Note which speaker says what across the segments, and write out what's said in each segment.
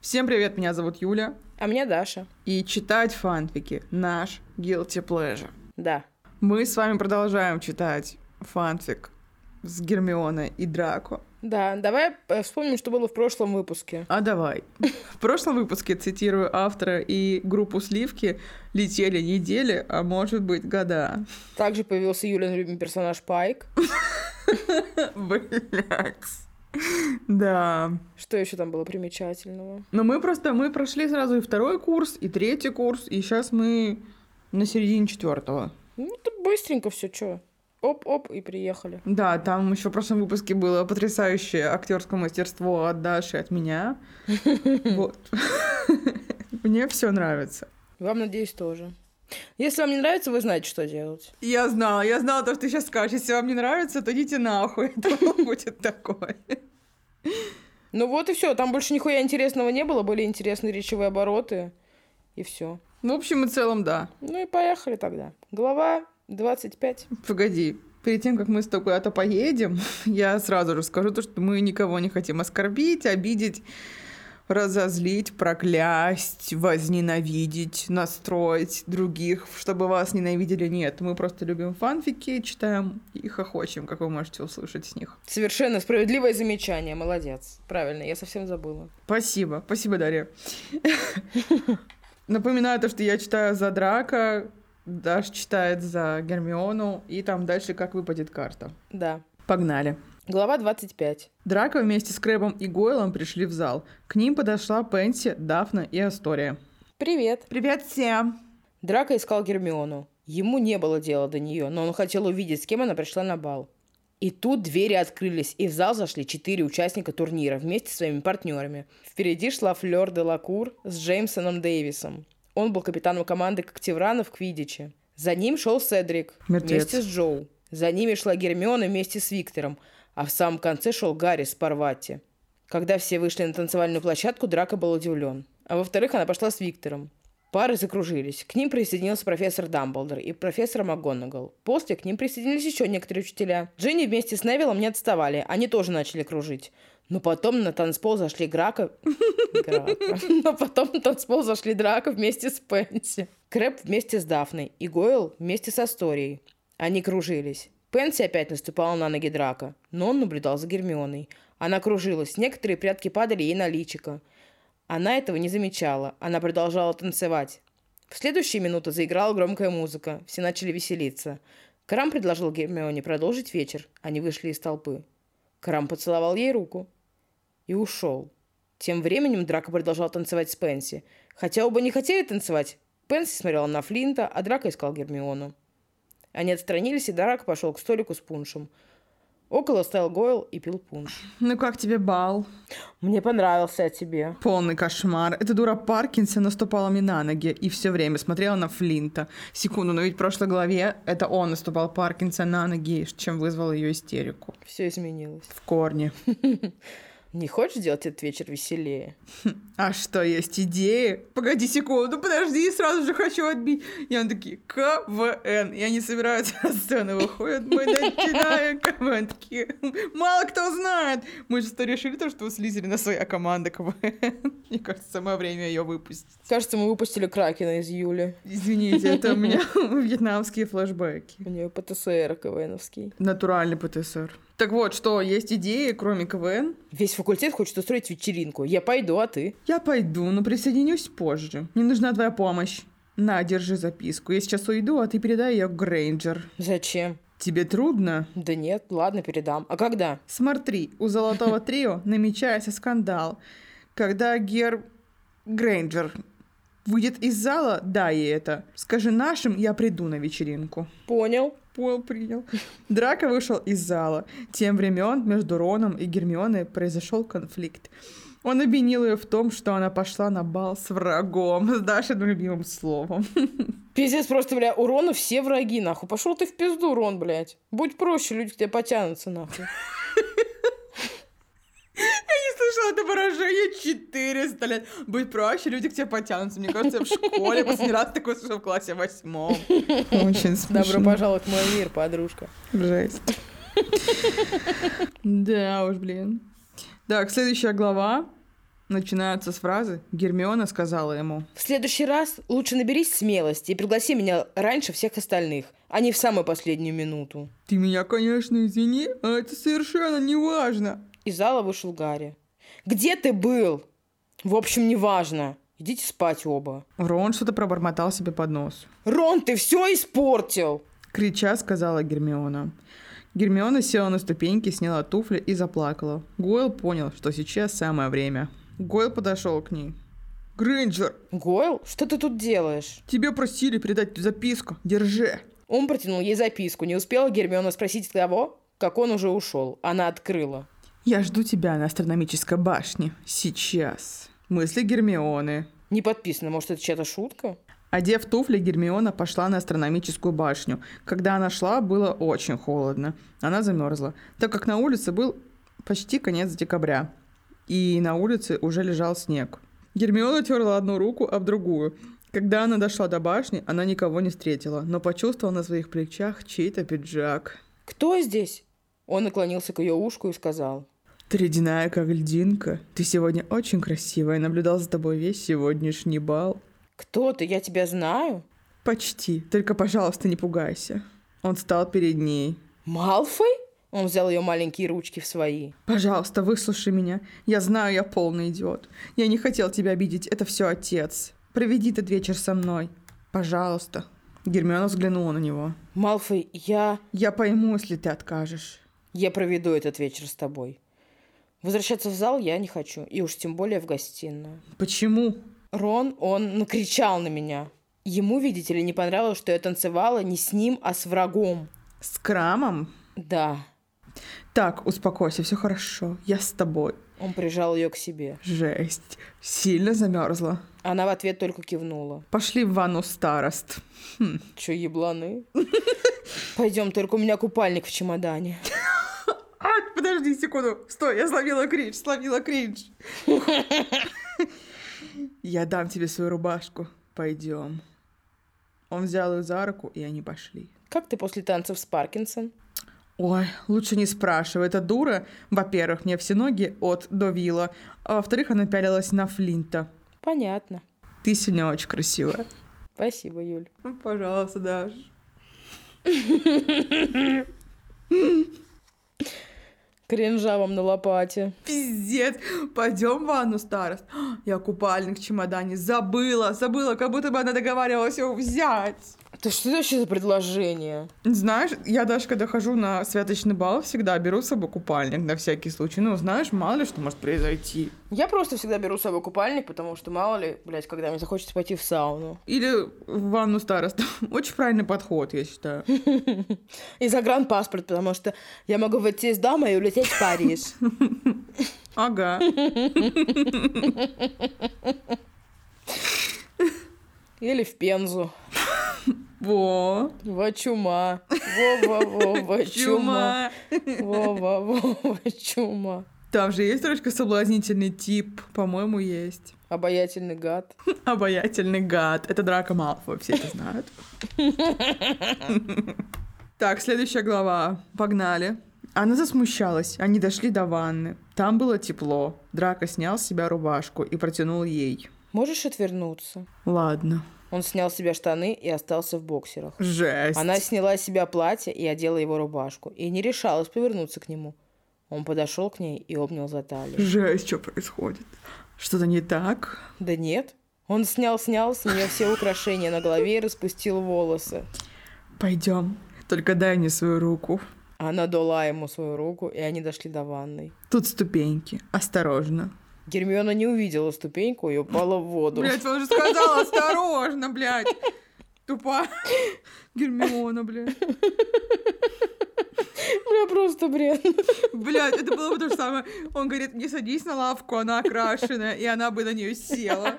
Speaker 1: Всем привет, меня зовут Юля.
Speaker 2: А меня Даша.
Speaker 1: И читать фанфики — наш guilty pleasure.
Speaker 2: Да.
Speaker 1: Мы с вами продолжаем читать фанфик с Гермионой и Драко.
Speaker 2: Да, давай э, вспомним, что было в прошлом выпуске.
Speaker 1: А давай. В прошлом выпуске, цитирую автора и группу «Сливки», летели недели, а может быть года.
Speaker 2: Также появился Юлин любимый персонаж Пайк.
Speaker 1: Блять. Да.
Speaker 2: Что еще там было примечательного?
Speaker 1: Но мы просто, мы прошли сразу и второй курс, и третий курс, и сейчас мы на середине четвертого.
Speaker 2: Ну, это быстренько все, что. Оп-оп, и приехали.
Speaker 1: Да, там еще в прошлом выпуске было потрясающее актерское мастерство от Даши и от меня. Вот. Мне все нравится.
Speaker 2: Вам, надеюсь, тоже. Если вам не нравится, вы знаете, что делать.
Speaker 1: Я знала, я знала то, что ты сейчас скажешь. Если вам не нравится, то идите нахуй. Это будет такое.
Speaker 2: Ну вот и все. Там больше нихуя интересного не было. Были интересные речевые обороты. И все.
Speaker 1: Ну, в общем и целом, да.
Speaker 2: Ну и поехали тогда. Глава 25.
Speaker 1: Погоди, перед тем, как мы с тобой куда-то поедем, я сразу же скажу то, что мы никого не хотим оскорбить, обидеть, разозлить, проклясть, возненавидеть, настроить других, чтобы вас ненавидели. Нет, мы просто любим фанфики, читаем и хохочем, как вы можете услышать с них.
Speaker 2: Совершенно справедливое замечание. Молодец. Правильно, я совсем забыла.
Speaker 1: Спасибо, спасибо, Дарья. Напоминаю то, что я читаю за Драка, Даш читает за Гермиону, и там дальше как выпадет карта.
Speaker 2: Да.
Speaker 1: Погнали.
Speaker 2: Глава 25.
Speaker 1: Драко вместе с Крэбом и Гойлом пришли в зал. К ним подошла Пенси, Дафна и Астория.
Speaker 2: Привет.
Speaker 1: Привет всем!
Speaker 2: Драко искал Гермиону. Ему не было дела до нее, но он хотел увидеть, с кем она пришла на бал. И тут двери открылись, и в зал зашли четыре участника турнира вместе со своими партнерами. Впереди шла Флёр де Лакур с Джеймсоном Дэвисом. Он был капитаном команды Коктеврана в Квидиче. За ним шел Седрик
Speaker 1: Мертвец.
Speaker 2: вместе с Джоу. За ними шла Гермиона вместе с Виктором, а в самом конце шел Гарри с Парвати. Когда все вышли на танцевальную площадку, Драко был удивлен. А во-вторых, она пошла с Виктором. Пары закружились. К ним присоединился профессор Дамблдор и профессор МакГонагал. После к ним присоединились еще некоторые учителя. Джинни вместе с Невиллом не отставали. Они тоже начали кружить. Но потом на танцпол зашли Грако... Грако. Но потом на танцпол зашли Драко вместе с Пенси. Крэп вместе с Дафной и Гойл вместе с Асторией. Они кружились. Пенси опять наступала на ноги Драко, но он наблюдал за Гермионой. Она кружилась, некоторые прятки падали ей на личико. Она этого не замечала. Она продолжала танцевать. В следующие минуты заиграла громкая музыка. Все начали веселиться. Крам предложил Гермионе продолжить вечер. Они вышли из толпы. Крам поцеловал ей руку и ушел. Тем временем Драко продолжал танцевать с Пенси. Хотя оба не хотели танцевать, Пенси смотрела на Флинта, а Драко искал Гермиону. Они отстранились, и Драко пошел к столику с пуншем. Около стоял Гойл и пил пунш.
Speaker 1: Ну как тебе бал?
Speaker 2: «Мне понравился а тебе».
Speaker 1: Полный кошмар. Эта дура Паркинса наступала мне на ноги и все время смотрела на Флинта. Секунду, но ведь в прошлой главе это он наступал Паркинса на ноги, чем вызвал ее истерику.
Speaker 2: Все изменилось.
Speaker 1: В корне.
Speaker 2: Не хочешь сделать этот вечер веселее?
Speaker 1: А что, есть идеи? Погоди секунду, подожди, сразу же хочу отбить. И они такие, КВН. И они собираются на сцену, выходят, мы начинаем КВН. Такие, мало кто знает. Мы же что, решили то, что у Слизерина своя команда КВН? Мне кажется, самое время ее выпустить.
Speaker 2: Кажется, мы выпустили Кракена из Юли.
Speaker 1: Извините, это у меня вьетнамские флешбеки.
Speaker 2: У нее ПТСР КВНовский.
Speaker 1: Натуральный ПТСР. Так вот, что, есть идеи, кроме КВН?
Speaker 2: Весь факультет хочет устроить вечеринку. Я пойду, а ты?
Speaker 1: Я пойду, но присоединюсь позже. Мне нужна твоя помощь. На, держи записку. Я сейчас уйду, а ты передай ее Грейнджер.
Speaker 2: Зачем?
Speaker 1: Тебе трудно?
Speaker 2: Да нет, ладно, передам. А когда?
Speaker 1: Смотри, у золотого трио намечается скандал. Когда Гер... Грейнджер выйдет из зала, дай ей это. Скажи нашим, я приду на вечеринку.
Speaker 2: Понял.
Speaker 1: Понял, принял. Драко вышел из зала. Тем времен между Роном и Гермионой произошел конфликт. Он обвинил ее в том, что она пошла на бал с врагом, с Дашиным любимым словом.
Speaker 2: Пиздец, просто, бля, у Рона все враги, нахуй. Пошел ты в пизду, Рон, блядь. Будь проще, люди к тебе потянутся, нахуй.
Speaker 1: Я слышала это выражение 400 лет. Будь проще, люди к тебе потянутся. Мне кажется, я в школе последний раз такое слышала в классе восьмом. Очень
Speaker 2: Добро пожаловать в мой мир, подружка.
Speaker 1: Жесть. Да уж, блин. Так, следующая глава. начинаются с фразы «Гермиона сказала ему».
Speaker 2: В следующий раз лучше наберись смелости и пригласи меня раньше всех остальных, а не в самую последнюю минуту.
Speaker 1: «Ты меня, конечно, извини, а это совершенно не важно».
Speaker 2: Из зала вышел Гарри. «Где ты был?» «В общем, неважно. Идите спать оба».
Speaker 1: Рон что-то пробормотал себе под нос.
Speaker 2: «Рон, ты все испортил!»
Speaker 1: Крича сказала Гермиона. Гермиона села на ступеньки, сняла туфли и заплакала. Гойл понял, что сейчас самое время. Гойл подошел к ней. Грейнджер,
Speaker 2: «Гойл, что ты тут делаешь?»
Speaker 1: тебе просили передать записку. Держи.
Speaker 2: Он протянул ей записку. Не успела Гермиона спросить того, как он уже ушел. Она открыла.
Speaker 1: Я жду тебя на астрономической башне. Сейчас. Мысли Гермионы.
Speaker 2: Не подписано, может, это чья-то шутка?
Speaker 1: Одев туфли, Гермиона пошла на астрономическую башню. Когда она шла, было очень холодно. Она замерзла, так как на улице был почти конец декабря. И на улице уже лежал снег. Гермиона терла одну руку об другую. Когда она дошла до башни, она никого не встретила, но почувствовала на своих плечах чей-то пиджак.
Speaker 2: «Кто здесь?» Он наклонился к ее ушку и сказал.
Speaker 1: Ты ледяная, как льдинка. Ты сегодня очень красивая. Наблюдал за тобой весь сегодняшний бал.
Speaker 2: «Кто ты? Я тебя знаю?»
Speaker 1: Почти. Только, пожалуйста, не пугайся. Он встал перед ней.
Speaker 2: «Малфой?» Он взял ее маленькие ручки в свои.
Speaker 1: Пожалуйста, выслушай меня. Я знаю, я полный идиот. Я не хотел тебя обидеть. Это все отец. Проведи этот вечер со мной. Пожалуйста. Гермиона взглянула на него.
Speaker 2: «Малфой, я...
Speaker 1: Я пойму, если ты откажешь.
Speaker 2: я проведу этот вечер с тобой. Возвращаться в зал я не хочу, и уж тем более в гостиную».
Speaker 1: Почему?
Speaker 2: Рон, он накричал на меня. Ему, видите ли, не понравилось, что я танцевала не с ним, а с врагом.
Speaker 1: С крамом?
Speaker 2: Да,
Speaker 1: Так, успокойся, все хорошо. Я с тобой.
Speaker 2: он прижал ее к себе.
Speaker 1: Жесть. Сильно замерзла.
Speaker 2: Она в ответ только кивнула.
Speaker 1: Пошли в ванну старост.
Speaker 2: Че, ебланы? Пойдем, только у меня купальник в чемодане.
Speaker 1: А, подожди секунду. Стой, я словила кринж, словила кринж. Я дам тебе свою рубашку. Пойдем. Он взял ее за руку, и они пошли.
Speaker 2: Как ты после танцев с Паркинсон?
Speaker 1: Ой, лучше не спрашивай. Эта дура, во-первых, мне все ноги от до вила, а во-вторых, она пялилась на Флинта.
Speaker 2: Понятно.
Speaker 1: Ты сегодня очень красивая.
Speaker 2: Спасибо, Юль.
Speaker 1: Пожалуйста, Даш.
Speaker 2: Кринжа вам на лопате.
Speaker 1: Пиздец, пойдем в ванну, старост. Я купальник в чемодане забыла, забыла, как будто бы она договаривалась его взять.
Speaker 2: Да что это вообще за предложение?
Speaker 1: Знаешь, я даже когда хожу на святочный бал, всегда беру с собой купальник на всякий случай. Ну, знаешь, мало ли что может произойти.
Speaker 2: Я просто всегда беру с собой купальник, потому что мало ли, блядь, когда мне захочется пойти в сауну.
Speaker 1: Или в ванну староста. Очень правильный подход, я считаю.
Speaker 2: И загранпаспорт, потому что я могу выйти из дома и улететь в Париж.
Speaker 1: Ага.
Speaker 2: Или в Пензу.
Speaker 1: Во.
Speaker 2: Во чума. Во-во-во-во, чума.
Speaker 1: Чума.
Speaker 2: Во-во-во, чума.
Speaker 1: Там же есть строчка «Соблазнительный тип». По-моему, есть.
Speaker 2: Обаятельный гад.
Speaker 1: Обаятельный гад. Это драка Малфоя, все это знают. Так, следующая глава. Погнали. Она засмущалась. Они дошли до ванны. Там было тепло. Драка снял с себя рубашку и протянул ей.
Speaker 2: Можешь отвернуться?
Speaker 1: Ладно.
Speaker 2: Он снял с себя штаны и остался в боксерах.
Speaker 1: Жесть.
Speaker 2: Она сняла с себя платье и одела его рубашку, и не решалась повернуться к нему. Он подошел к ней и обнял за талию.
Speaker 1: Жесть, что происходит? Что-то не так?
Speaker 2: Да нет. Он снял-снял с нее все украшения на голове и распустил волосы.
Speaker 1: Пойдем. Только дай мне свою руку.
Speaker 2: Она дала ему свою руку, и они дошли до ванной.
Speaker 1: Тут ступеньки. Осторожно.
Speaker 2: Гермиона не увидела ступеньку и упала в воду.
Speaker 1: Блять, он же сказал, осторожно, блядь. Тупа. Гермиона, блядь.
Speaker 2: Бля, просто бред.
Speaker 1: Блядь, это было бы то же самое. Он говорит, не садись на лавку, она окрашенная, и она бы на нее села.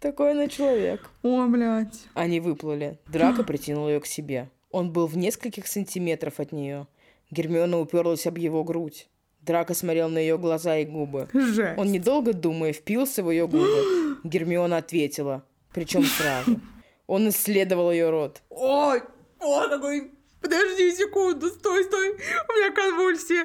Speaker 2: Такой она человек.
Speaker 1: О, блядь.
Speaker 2: Они выплыли. Драка притянул ее к себе. Он был в нескольких сантиметров от нее. Гермиона уперлась об его грудь. Драка смотрел на ее глаза и губы.
Speaker 1: Жесть.
Speaker 2: Он, недолго думая, впился в ее губы. Гермиона ответила, причем сразу. Он исследовал ее рот.
Speaker 1: Ой, о, такой Подожди секунду, стой, стой, у меня конвульсия.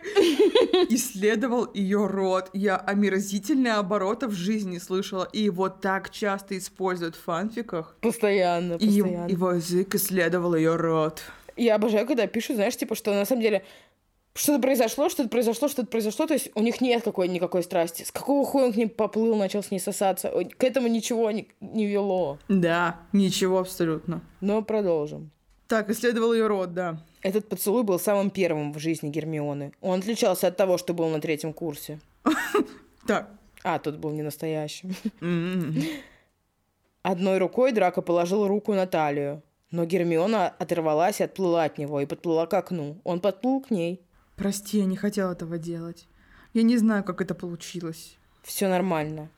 Speaker 1: Исследовал ее рот. Я омерзительные обороты в жизни слышала. И его так часто используют в фанфиках.
Speaker 2: Постоянно,
Speaker 1: И
Speaker 2: постоянно.
Speaker 1: его язык исследовал ее рот.
Speaker 2: Я обожаю, когда пишут, знаешь, типа, что на самом деле что-то произошло, что-то произошло, что-то произошло, то есть у них нет какой никакой страсти. С какого хуя он к ним поплыл, начал с ней сосаться? Ой, К этому ничего не, не вело.
Speaker 1: Да, ничего абсолютно.
Speaker 2: Но продолжим.
Speaker 1: Так, исследовал ее рот, да.
Speaker 2: Этот поцелуй был самым первым в жизни Гермионы. Он отличался от того, что был на третьем курсе.
Speaker 1: Так. М-м-м.
Speaker 2: А, тот был не настоящим.
Speaker 1: М.
Speaker 2: Одной рукой Драко положил руку на талию. Но Гермиона оторвалась и отплыла от него, и подплыла к окну. Он подплыл к ней.
Speaker 1: Прости, я не хотела этого делать. Я не знаю, как это получилось.
Speaker 2: Все нормально.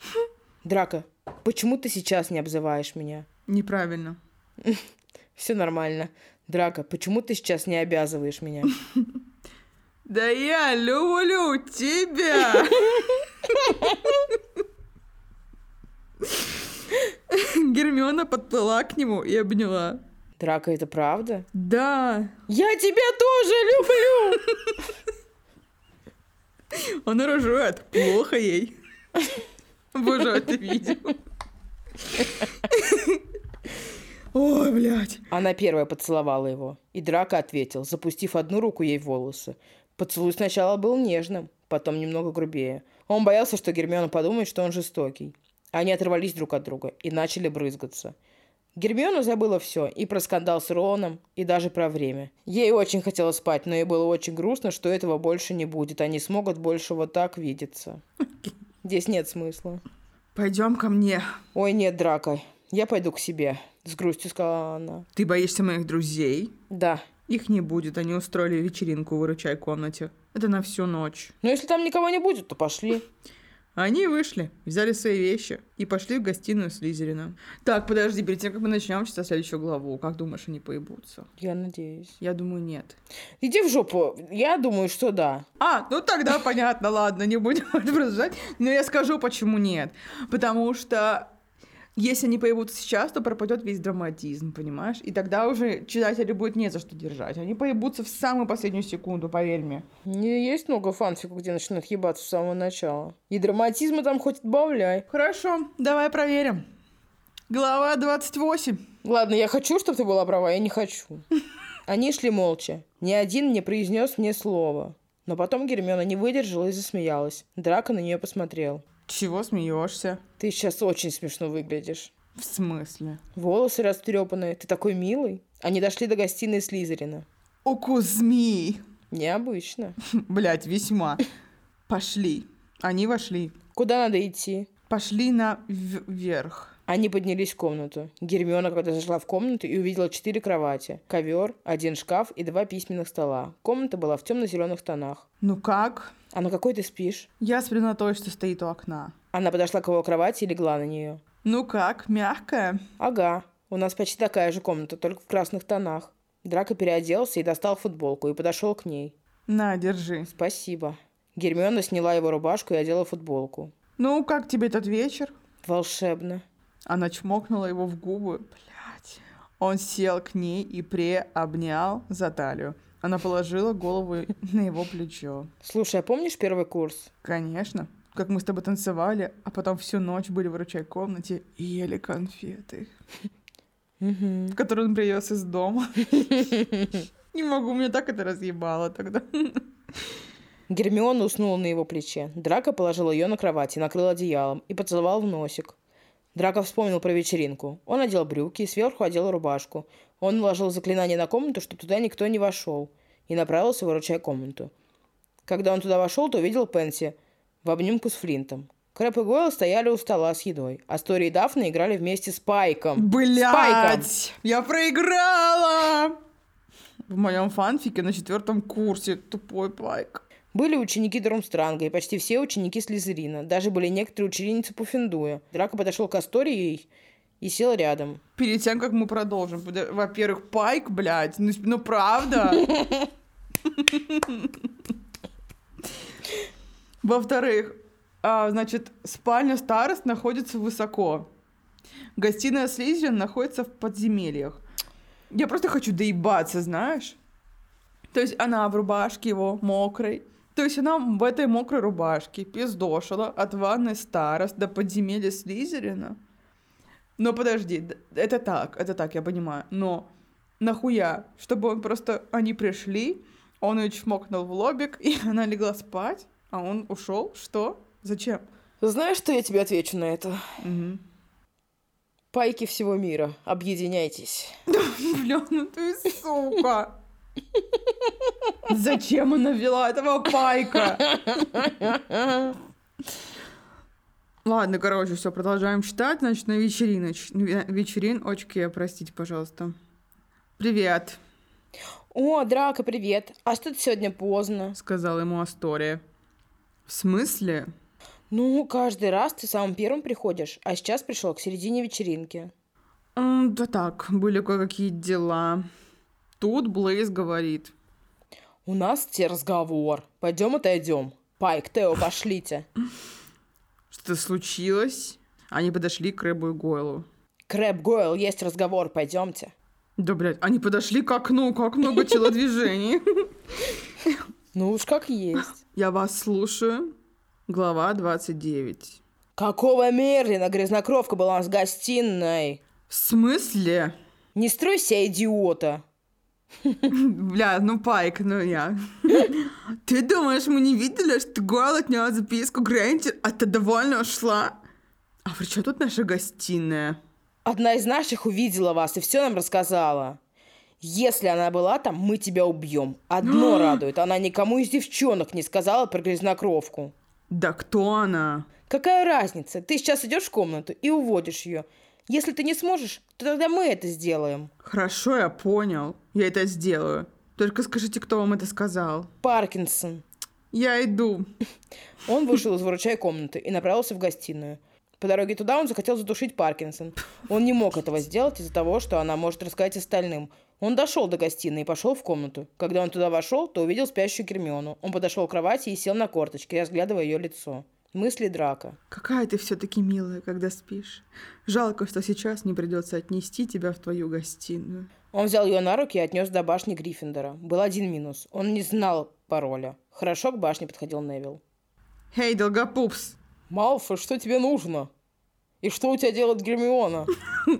Speaker 2: Драко, почему ты сейчас не обзываешь меня?
Speaker 1: Неправильно.
Speaker 2: Все нормально. Драко, почему ты сейчас не обязываешь меня?
Speaker 1: Да я люблю тебя! Гермиона подплыла к нему и обняла.
Speaker 2: Драко, это правда?
Speaker 1: Да,
Speaker 2: Я тебя тоже люблю!
Speaker 1: он ржет. Плохо ей. Боже, а это видео. Ой, блядь.
Speaker 2: Она первая поцеловала его. И Драко ответил, запустив одну руку ей в волосы. Поцелуй сначала был нежным, потом немного грубее. Он боялся, что Гермиона подумает, что он жестокий. Они оторвались друг от друга и начали брызгаться. Гермиона забыла все, и про скандал с Роном, и даже про время. Ей очень хотелось спать, но ей было очень грустно, что этого больше не будет. Они смогут больше вот так видеться. Здесь нет смысла.
Speaker 1: Пойдем ко мне.
Speaker 2: «Ой, нет, Драко, я пойду к себе», — с грустью сказала она.
Speaker 1: Ты боишься моих друзей?
Speaker 2: «Да,
Speaker 1: Их не будет, они устроили вечеринку в выручай комнате. Это на всю ночь.
Speaker 2: Ну, если там никого не будет, то пошли.
Speaker 1: Они вышли, взяли свои вещи и пошли в гостиную Слизерина. Так, подожди, перед тем, как мы начнем читать следующую главу, как думаешь, они поебутся?
Speaker 2: Я надеюсь.
Speaker 1: Я думаю, нет.
Speaker 2: Иди в жопу. Я думаю, что да.
Speaker 1: А, ну тогда понятно, ладно, не будем это продолжать. Но я скажу, почему нет. Потому что если они появятся сейчас, то пропадет весь драматизм, понимаешь? И тогда уже читателю будет не за что держать. Они поебутся в самую последнюю секунду, поверь мне.
Speaker 2: Не есть много фанфиков, где начинают ебаться с самого начала. И драматизма там хоть отбавляй.
Speaker 1: Хорошо, давай проверим. Глава 28.
Speaker 2: Ладно, я хочу, чтобы ты была права, я не хочу. Они шли молча. Ни один не произнес ни слова. Но потом Гермиона не выдержала и засмеялась. Драко на нее посмотрел.
Speaker 1: Чего смеешься?
Speaker 2: Ты сейчас очень смешно выглядишь.
Speaker 1: В смысле?
Speaker 2: Волосы растрепанные. Ты такой милый. Они дошли до гостиной Слизерина.
Speaker 1: Укус змеи.
Speaker 2: Необычно.
Speaker 1: Блять, весьма. Пошли. Они вошли.
Speaker 2: Куда надо идти?
Speaker 1: Пошли наверх.
Speaker 2: Они поднялись в комнату. Гермиона, когда зашла в комнату и увидела четыре кровати, ковер, один шкаф и два письменных стола. Комната была в темно-зеленых тонах.
Speaker 1: Ну как?
Speaker 2: «А на какой ты спишь?»
Speaker 1: Я сплю на той, что стоит у окна.
Speaker 2: Она подошла к его кровати и легла на нее.
Speaker 1: Ну как, мягкая?
Speaker 2: «Ага, у нас почти такая же комната, только в красных тонах». Драко переоделся и достал футболку и подошел к ней.
Speaker 1: На, держи.
Speaker 2: «Спасибо». Гермиона сняла его рубашку и одела футболку.
Speaker 1: Ну, как тебе этот вечер?
Speaker 2: «Волшебно».
Speaker 1: Она чмокнула его в губы. Блять. Он сел к ней и приобнял за талию. Она положила голову на его плечо.
Speaker 2: «Слушай, а помнишь первый курс?»
Speaker 1: Конечно. Как мы с тобой танцевали, а потом всю ночь были в ручей комнате и ели конфеты,
Speaker 2: «Угу».
Speaker 1: которые он привез из дома. Не могу, меня так это разъебало тогда.
Speaker 2: Гермиона уснула на его плече. Драко положил ее на кровать и накрыл одеялом и поцеловал в носик. Драко вспомнил про вечеринку. Он одел брюки и сверху одел рубашку. Он наложил заклинание на комнату, чтобы туда никто не вошел, и направился, выручая комнату. Когда он туда вошел, то увидел Пенси в обнимку с Флинтом. Крэп и Гойл стояли у стола с едой, а Стори и Дафна играли вместе с Пайком.
Speaker 1: Блять! Я проиграла! В моем фанфике на четвертом курсе тупой пайк.
Speaker 2: Были ученики Дормстранга и почти все ученики Слизерина. Даже были некоторые ученицы Пуффендуя. Драко подошел к Астории и сел рядом.
Speaker 1: Перед тем, как мы продолжим, подо- во-первых, пайк, блядь, ну, с- ну правда. Во-вторых, а, значит, спальня старост находится высоко. Гостиная Слизерин находится в подземельях. Я просто хочу доебаться, знаешь? То есть она в рубашке его мокрой. То есть она в этой мокрой рубашке пиздошила от ванны Старос до подземелья Слизерина. Но подожди, д- это так, это так, я понимаю. Но нахуя? Чтобы он просто... Они пришли, он ее чмокнул в лобик, и она легла спать, а он ушел. Что? Зачем?
Speaker 2: Знаешь, что я тебе отвечу на это?
Speaker 1: Мгм.
Speaker 2: Пайки всего мира, объединяйтесь.
Speaker 1: Бля, ну ты сука! Зачем она вела этого пайка? Ладно, короче, все, продолжаем читать. Значит, на вечериноч... на вечериночке, простите, пожалуйста. Привет,
Speaker 2: О, Драка, привет. А что ты сегодня поздно?
Speaker 1: сказал ему Астория. В смысле?
Speaker 2: Ну, каждый раз ты самым первым приходишь, а сейчас пришел к середине вечеринки.
Speaker 1: «М, да так, были кое-какие дела. Тут Блейз говорит.
Speaker 2: У нас те разговор. Пойдем отойдем. Пайк, Тео, пошлите.
Speaker 1: Что-то случилось. Они подошли к Рэбу и Гойлу.
Speaker 2: Крэп Гойл, есть разговор, пойдемте.
Speaker 1: Да, блядь, они подошли к окну, как много телодвижений.
Speaker 2: Ну уж как есть.
Speaker 1: Я вас слушаю. Глава 29.
Speaker 2: Какого Мерлина грязнокровка была у нас в гостиной?
Speaker 1: В смысле?
Speaker 2: Не строй себя идиота.
Speaker 1: Бля, ну Пайк, ну я. Ты думаешь, мы не видели, что Гойл отнял записку Грэнджер, а ты довольно ушла? А при чем тут наша гостиная?
Speaker 2: Одна из наших увидела вас и все нам рассказала. Если она была там, мы тебя убьем. Одно радует, она никому из девчонок не сказала про грязнокровку.
Speaker 1: Да кто она?
Speaker 2: Какая разница? Ты сейчас идешь в комнату и уводишь ее. Если ты не сможешь, то тогда мы это сделаем.
Speaker 1: Хорошо, я понял. Я это сделаю. Только скажите, кто вам это сказал.
Speaker 2: Паркинсон.
Speaker 1: Я иду.
Speaker 2: Он вышел из выручай комнаты и направился в гостиную. По дороге туда он захотел задушить Паркинсон. Он не мог этого сделать из-за того, что она может рассказать остальным. Он дошел до гостиной и пошел в комнату. Когда он туда вошел, то увидел спящую Гермиону. Он подошел к кровати и сел на корточки, разглядывая ее лицо. Мысли драка.
Speaker 1: Какая ты все-таки милая, когда спишь. Жалко, что сейчас не придется отнести тебя в твою гостиную.
Speaker 2: Он взял ее на руки и отнес до башни Гриффиндора. Был один минус. Он не знал пароля. Хорошо к башне подходил Невил.
Speaker 1: Эй, долгопупс!
Speaker 2: Малфой, что тебе нужно? И что у тебя делает Гермиона?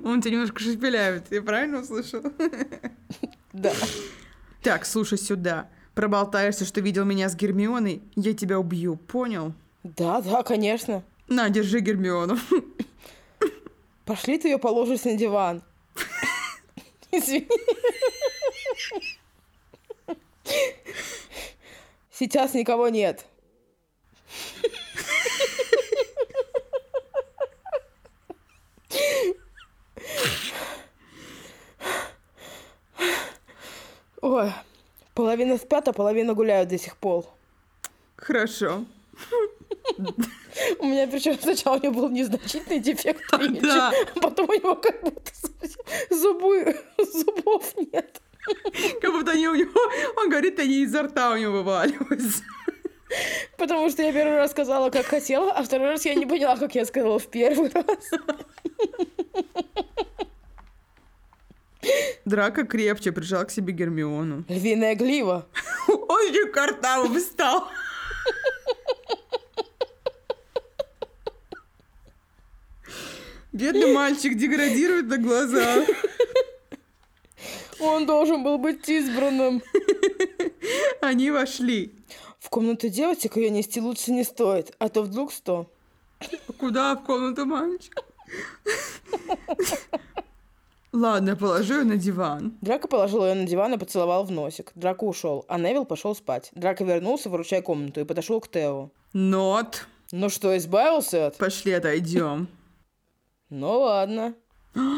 Speaker 1: Он тебя немножко шепеляет, я правильно услышала?
Speaker 2: Да.
Speaker 1: Так, слушай сюда. Проболтаешься, что видел меня с Гермионой, я тебя убью, понял?
Speaker 2: Да, да, конечно.
Speaker 1: На, держи Гермиону.
Speaker 2: Пошли ты ее положишь на диван. Извини. Сейчас никого нет. Ой, половина спят, а половина гуляют до сих пор.
Speaker 1: Хорошо.
Speaker 2: У меня причем сначала у него был незначительный дефект речи,
Speaker 1: Да.
Speaker 2: а потом у него как будто совсем зубы, зубов нет.
Speaker 1: Как будто они у него... Он говорит, они изо рта у него вываливаются.
Speaker 2: Потому что я первый раз сказала, как хотела, а второй раз я не поняла, как я сказала в первый раз.
Speaker 1: Драка крепче прижал к себе Гермиону.
Speaker 2: Львиная глива.
Speaker 1: Он еще картавым стал. Бедный мальчик деградирует на глазах.
Speaker 2: Он должен был быть избранным.
Speaker 1: Они вошли.
Speaker 2: В комнату девочек ее нести лучше не стоит, а то вдруг что?
Speaker 1: Куда? В комнату мальчика? Ладно, положу ее на диван.
Speaker 2: Драко положил ее на диван и поцеловал в носик. Драко ушел, а Невил пошел спать. Драко вернулся, выручая комнату, и подошел к Тео.
Speaker 1: Нот,
Speaker 2: Ну что, избавился от?
Speaker 1: пошли отойдем.
Speaker 2: Ну ладно.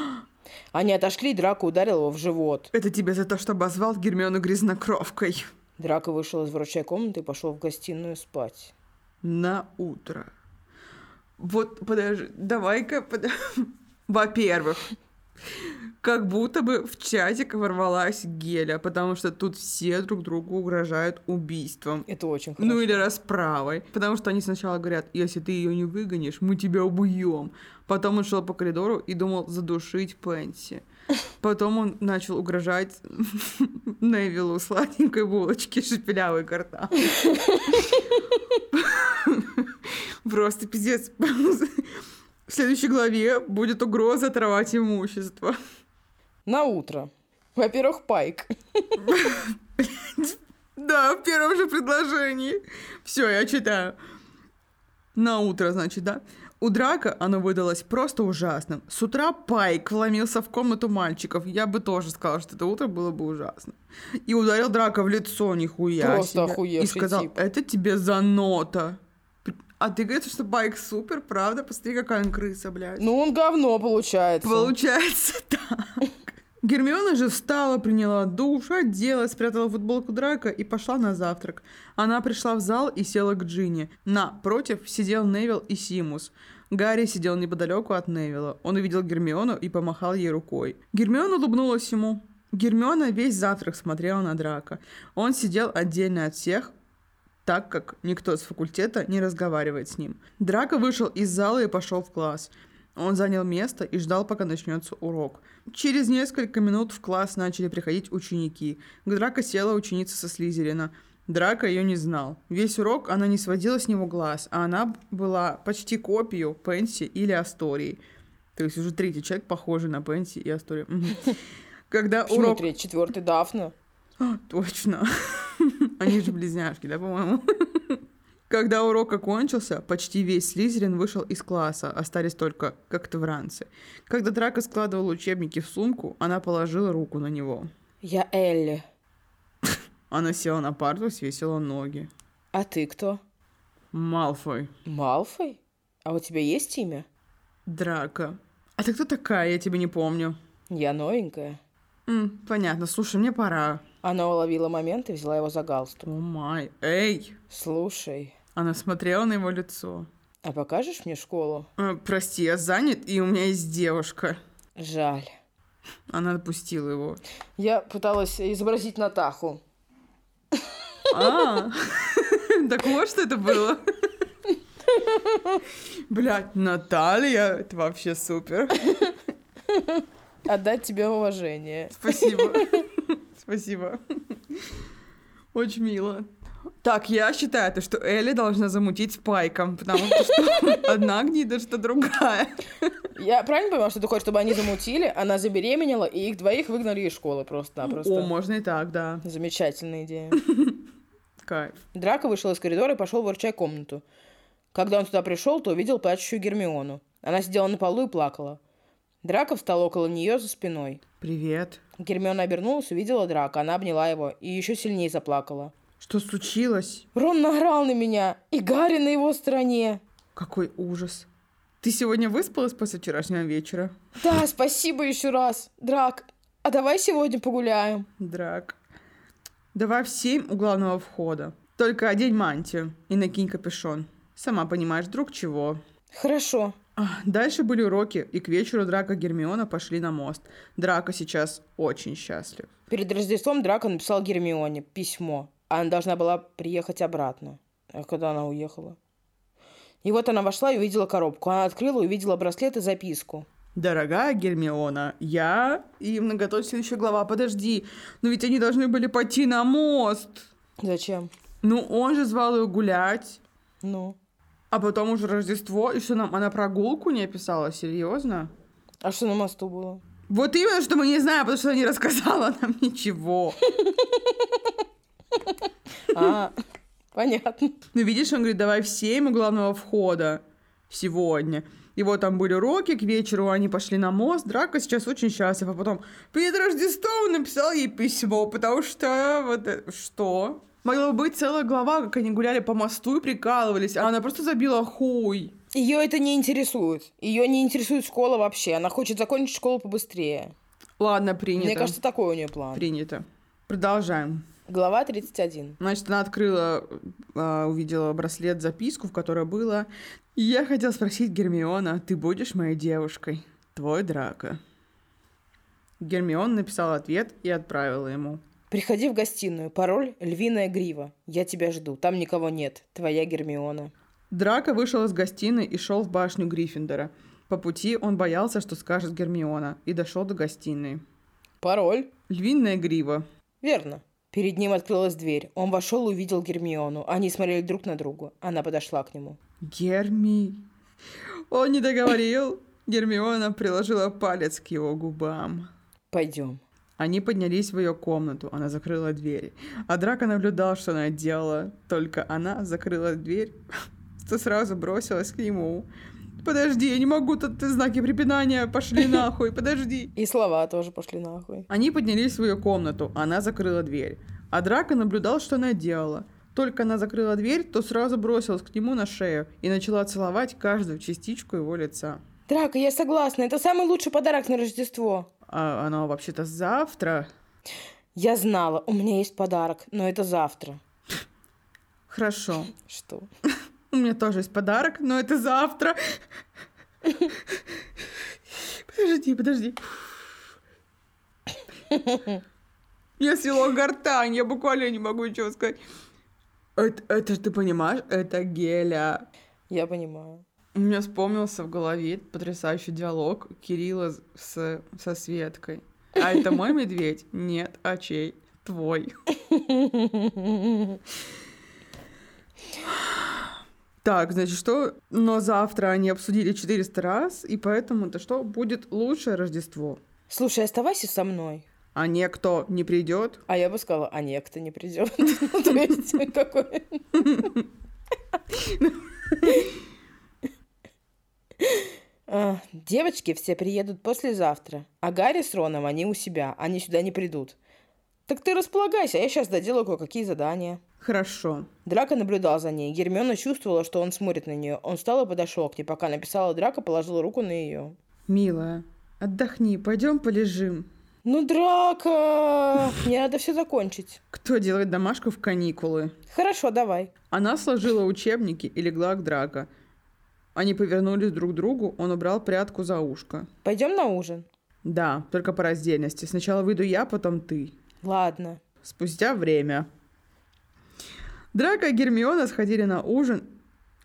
Speaker 2: Они отошли, и Драко ударил его в живот.
Speaker 1: Это тебе за то, что обозвал Гермиону грязнокровкой.
Speaker 2: Драко вышел из врачей комнаты и пошел в гостиную спать.
Speaker 1: на утро. Вот, подожди, давай-ка, под- во-первых, Как будто бы в чатик ворвалась Геля, потому что тут все друг другу угрожают убийством.
Speaker 2: Это очень хорошо.
Speaker 1: Ну или расправой. Потому что они сначала говорят, если ты ее не выгонишь, мы тебя убьем. Потом он шел по коридору и думал задушить Пенси. Потом он начал угрожать Невилу сладенькой булочки шепелявой карта. Просто пиздец. В следующей главе будет угроза оторвать имущество.
Speaker 2: На утро. Во-первых, Пайк.
Speaker 1: Да, в первом же предложении. Все, я читаю. На утро, значит, да? У драка оно выдалось просто ужасным. С утра Пайк вломился в комнату мальчиков. Я бы тоже сказала, что это утро было бы ужасно. И ударил драка в лицо, нихуя
Speaker 2: Просто
Speaker 1: себе. И
Speaker 2: охуевший
Speaker 1: сказал,
Speaker 2: тип.
Speaker 1: это тебе за нота. А ты говоришь, что Пайк супер, правда? Посмотри, какая он крыса, блядь.
Speaker 2: Ну, он говно получается.
Speaker 1: Получается так. Гермиона же встала, приняла душ, оделась, спрятала футболку Драка и пошла на завтрак. Она пришла в зал и села к Джинни. Напротив сидел Невил и Симус. Гарри сидел неподалеку от Невилла. Он увидел Гермиону и помахал ей рукой. Гермиона улыбнулась ему. Гермиона весь завтрак смотрела на Драка. Он сидел отдельно от всех, так как никто с факультета не разговаривает с ним. Драко вышел из зала и пошел в класс. Он занял место и ждал, пока начнется урок. Через несколько минут в класс начали приходить ученики. К Драко села ученица со Слизерина. Драко ее не знал. Весь урок она не сводила с него глаз, а она была почти копией Пенси или Астории. То есть уже третий человек похожий на Пенси и Асторию. Мгм. Когда
Speaker 2: Почему
Speaker 1: урок
Speaker 2: третий, четвертый Дафна?
Speaker 1: а, Точно. Они же близняшки, да, по-моему? Когда урок окончился, почти весь Слизерин вышел из класса, остались только когтевранцы. Когда Драко складывала учебники в сумку, она положила руку на него.
Speaker 2: Я Элли.
Speaker 1: Она села на парту, свесила ноги.
Speaker 2: А ты кто?
Speaker 1: Малфой.
Speaker 2: Малфой? А у тебя есть имя?
Speaker 1: Драко. А ты кто такая? Я тебя не помню.
Speaker 2: Я новенькая.
Speaker 1: М, понятно. Слушай, мне пора.
Speaker 2: Она уловила момент и взяла его за галстук.
Speaker 1: О май. Эй!
Speaker 2: Слушай,
Speaker 1: Она смотрела на его лицо.
Speaker 2: а покажешь мне школу?
Speaker 1: «Э, прости, я занят, и у меня есть девушка.
Speaker 2: Жаль.
Speaker 1: Она отпустила его.
Speaker 2: Я пыталась изобразить Натаху.
Speaker 1: А, так вот что это было. Блять, Наталья, это вообще супер.
Speaker 2: Отдать тебе уважение.
Speaker 1: Спасибо. Спасибо. Очень мило. Так, я считаю, то, что Элли должна замутить с Пайком, потому что одна гнида, что другая.
Speaker 2: Я правильно понимаю, что ты хочешь, чтобы они замутили, она забеременела, и их двоих выгнали из школы
Speaker 1: О,
Speaker 2: просто-напросто.
Speaker 1: можно и так, да.
Speaker 2: Замечательная идея.
Speaker 1: Кайф.
Speaker 2: Драко вышел из коридора и пошел ворча комнату. Когда он туда пришел, то увидел плачущую Гермиону. Она сидела на полу и плакала. Драко встал около нее за спиной.
Speaker 1: Привет.
Speaker 2: Гермиона обернулась, увидела Драко, она обняла его и еще сильнее заплакала.
Speaker 1: Что случилось?
Speaker 2: Рон наорал на меня, и Гарри на его стороне.
Speaker 1: Какой ужас. Ты сегодня выспалась после вчерашнего вечера?
Speaker 2: Да, спасибо еще раз, Драк. А давай сегодня погуляем.
Speaker 1: Драк. Давай в семь у главного входа. Только одень мантию и накинь капюшон. Сама понимаешь, друг чего.
Speaker 2: Хорошо.
Speaker 1: Ах, Дальше были уроки, и к вечеру Драка и Гермиона пошли на мост. Драка сейчас очень счастлив.
Speaker 2: Перед Рождеством Драко написал Гермионе письмо. а Она должна была приехать обратно. А когда она уехала? И вот она вошла и увидела коробку. Она открыла и увидела браслет и записку.
Speaker 1: Дорогая Гермиона, я и многоточная глава, подожди, но ведь они должны были пойти на мост.
Speaker 2: Зачем?
Speaker 1: Ну, он же звал ее гулять,
Speaker 2: Ну.
Speaker 1: а потом уже Рождество, и что нам, она прогулку не описала, серьезно?
Speaker 2: А что на мосту было?
Speaker 1: Вот именно, что мы не знаем, потому что она не рассказала нам ничего.
Speaker 2: А, понятно.
Speaker 1: Ну, видишь, он говорит, давай в 7 у главного входа сегодня. И вот там были уроки, к вечеру они пошли на мост, Драка сейчас очень счастлив, а потом перед Рождеством он написал ей письмо, потому что вот это- что? Могла быть целая глава, как они гуляли по мосту и прикалывались, а она просто забила хуй.
Speaker 2: Ее это не интересует. Ее не интересует школа вообще. Она хочет закончить школу побыстрее.
Speaker 1: Ладно, принято.
Speaker 2: Мне кажется, такой у нее план.
Speaker 1: принято. Продолжаем.
Speaker 2: Глава 31.
Speaker 1: Значит, она открыла, а, увидела браслет, записку, в которой было. Я хотела спросить Гермиона, ты будешь моей девушкой? Твой Драко. Гермион написал ответ и отправила ему.
Speaker 2: Приходи в гостиную. Пароль «Львиная грива». Я тебя жду. Там никого нет. Твоя Гермиона.
Speaker 1: Драко вышел из гостиной и шел в башню Гриффиндора. По пути он боялся, что скажет Гермиона, и дошел до гостиной.
Speaker 2: Пароль?
Speaker 1: Львиная грива.
Speaker 2: Верно. Перед ним открылась дверь. Он вошел и увидел Гермиону. Они смотрели друг на друга. Она подошла к нему.
Speaker 1: Герми... Он не договорил. Гермиона приложила палец к его губам.
Speaker 2: Пойдем.
Speaker 1: Они поднялись в ее комнату, она закрыла дверь. А Драко наблюдал, что она делала. Только она закрыла дверь, то сразу бросилась к нему. Подожди, я не могу, тут ты знаки препинания, пошли нахуй, подожди.
Speaker 2: И слова тоже пошли нахуй.
Speaker 1: Они поднялись в ее комнату, она закрыла дверь. А Драко наблюдал, что она делала. Только она закрыла дверь, то сразу бросилась к нему на шею и начала целовать каждую частичку его лица.
Speaker 2: Драка, я согласна, это самый лучший подарок на Рождество.
Speaker 1: А оно вообще-то завтра.
Speaker 2: Я знала, у меня есть подарок, но это завтра.
Speaker 1: Хорошо.
Speaker 2: Что?
Speaker 1: У меня тоже есть подарок, но это завтра. Подожди, подожди. Я свело гортань, я буквально не могу ничего сказать. Это, это ж ты понимаешь, это геля.
Speaker 2: Я понимаю.
Speaker 1: У меня вспомнился в голове потрясающий диалог Кирилла с, со Светкой. А это мой медведь? Нет, а чей? Твой. Так, значит, что? Но завтра они обсудили 400 раз, и поэтому-то что? Будет лучшее Рождество.
Speaker 2: Слушай, оставайся со мной.
Speaker 1: А некто не придет?
Speaker 2: А я бы сказала, а некто не придет. Ну, То есть, какой... А, Девочки все приедут послезавтра, а Гарри с Роном, они у себя, они сюда не придут. Так ты располагайся, а я сейчас доделаю кое-какие задания.
Speaker 1: Хорошо.
Speaker 2: Драка наблюдал за ней. Гермиона чувствовала, что он смотрит на нее. Он встал и подошел к ней, пока написала Драка, положил руку на ее.
Speaker 1: Милая, отдохни, пойдем полежим.
Speaker 2: Ну, Драка! Мне надо все закончить.
Speaker 1: Кто делает домашку в каникулы?
Speaker 2: Хорошо, давай.
Speaker 1: Она сложила учебники и легла к Драко. Они повернулись друг к другу, он убрал прятку за ушко.
Speaker 2: Пойдем на ужин.
Speaker 1: Да, только по раздельности. Сначала выйду я, потом ты.
Speaker 2: Ладно.
Speaker 1: Спустя время. Драко и Гермиона сходили на ужин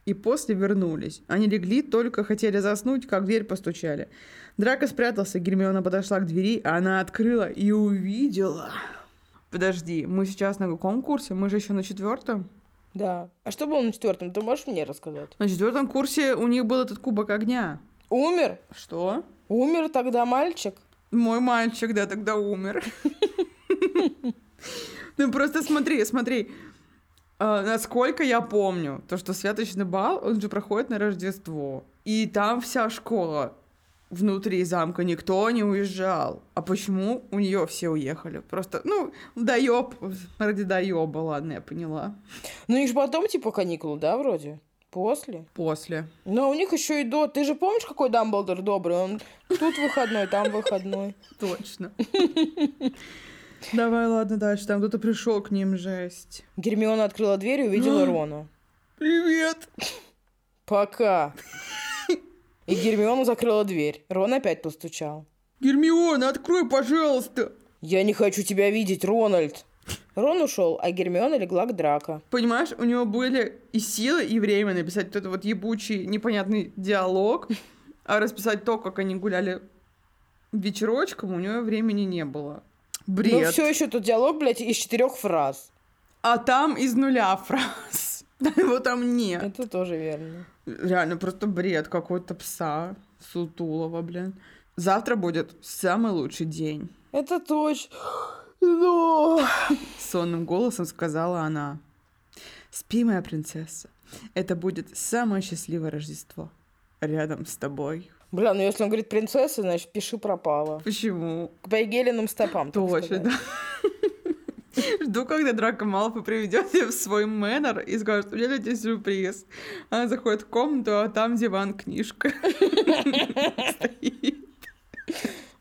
Speaker 1: и после вернулись. Они легли, только хотели заснуть, как в дверь постучали. Драко спрятался, Гермиона подошла к двери, а она открыла и увидела. Подожди, мы сейчас на каком курсе? Мы же еще на четвертом?
Speaker 2: Да. А что было на четвертом? Ты можешь мне рассказать?
Speaker 1: На четвертом курсе у них был этот кубок огня.
Speaker 2: Умер?
Speaker 1: Что?
Speaker 2: Умер тогда мальчик?
Speaker 1: Мой мальчик, да, тогда умер. Ну просто смотри, смотри. А, Насколько я помню, то, что святочный бал, он же проходит на Рождество. И там вся школа внутри замка, никто не уезжал. А почему у нее все уехали? Просто, ну, доеб, ради доеба, ладно, я поняла.
Speaker 2: Ну, их же потом, типа, каникулы, да, вроде? После.
Speaker 1: После.
Speaker 2: Но у них еще и до... Ты же помнишь, какой Дамблдор добрый? Он тут выходной, там выходной.
Speaker 1: Точно. Давай, ладно, дальше. Там кто-то пришел к ним, жесть.
Speaker 2: Гермиона открыла дверь и увидела Рона.
Speaker 1: Привет!
Speaker 2: Пока. И Гермиона закрыла дверь. Рон опять постучал.
Speaker 1: Гермиона, открой, пожалуйста!
Speaker 2: Я не хочу тебя видеть, Рональд. Рон ушел, а Гермиона легла к Ну, драка.
Speaker 1: Понимаешь, у него были и силы, и время написать вот этот вот ебучий, непонятный диалог, а расписать то, как они гуляли вечерочком, у него времени не было.
Speaker 2: Но
Speaker 1: Бред.
Speaker 2: все еще тот диалог, блядь, из четырех фраз.
Speaker 1: А там из нуля фраз. Да, Его там нет.
Speaker 2: Это тоже верно.
Speaker 1: Реально, просто бред какой-то пса сутулого, блин. Завтра будет самый лучший день.
Speaker 2: Это точно. Но...
Speaker 1: Сонным голосом сказала она. «Спи, моя принцесса. Это будет самое счастливое Рождество. Рядом с тобой».
Speaker 2: Бля, ну если он говорит принцесса, значит, пиши пропала.
Speaker 1: Почему?
Speaker 2: К Байгелиным стопам, так
Speaker 1: Точно,
Speaker 2: сказать.
Speaker 1: да. Жду, когда Драко Малфой приведет ее в свой мэннер и скажет, у меня для тебя сюрприз. Она заходит в комнату, а там диван, книжка. Стоит.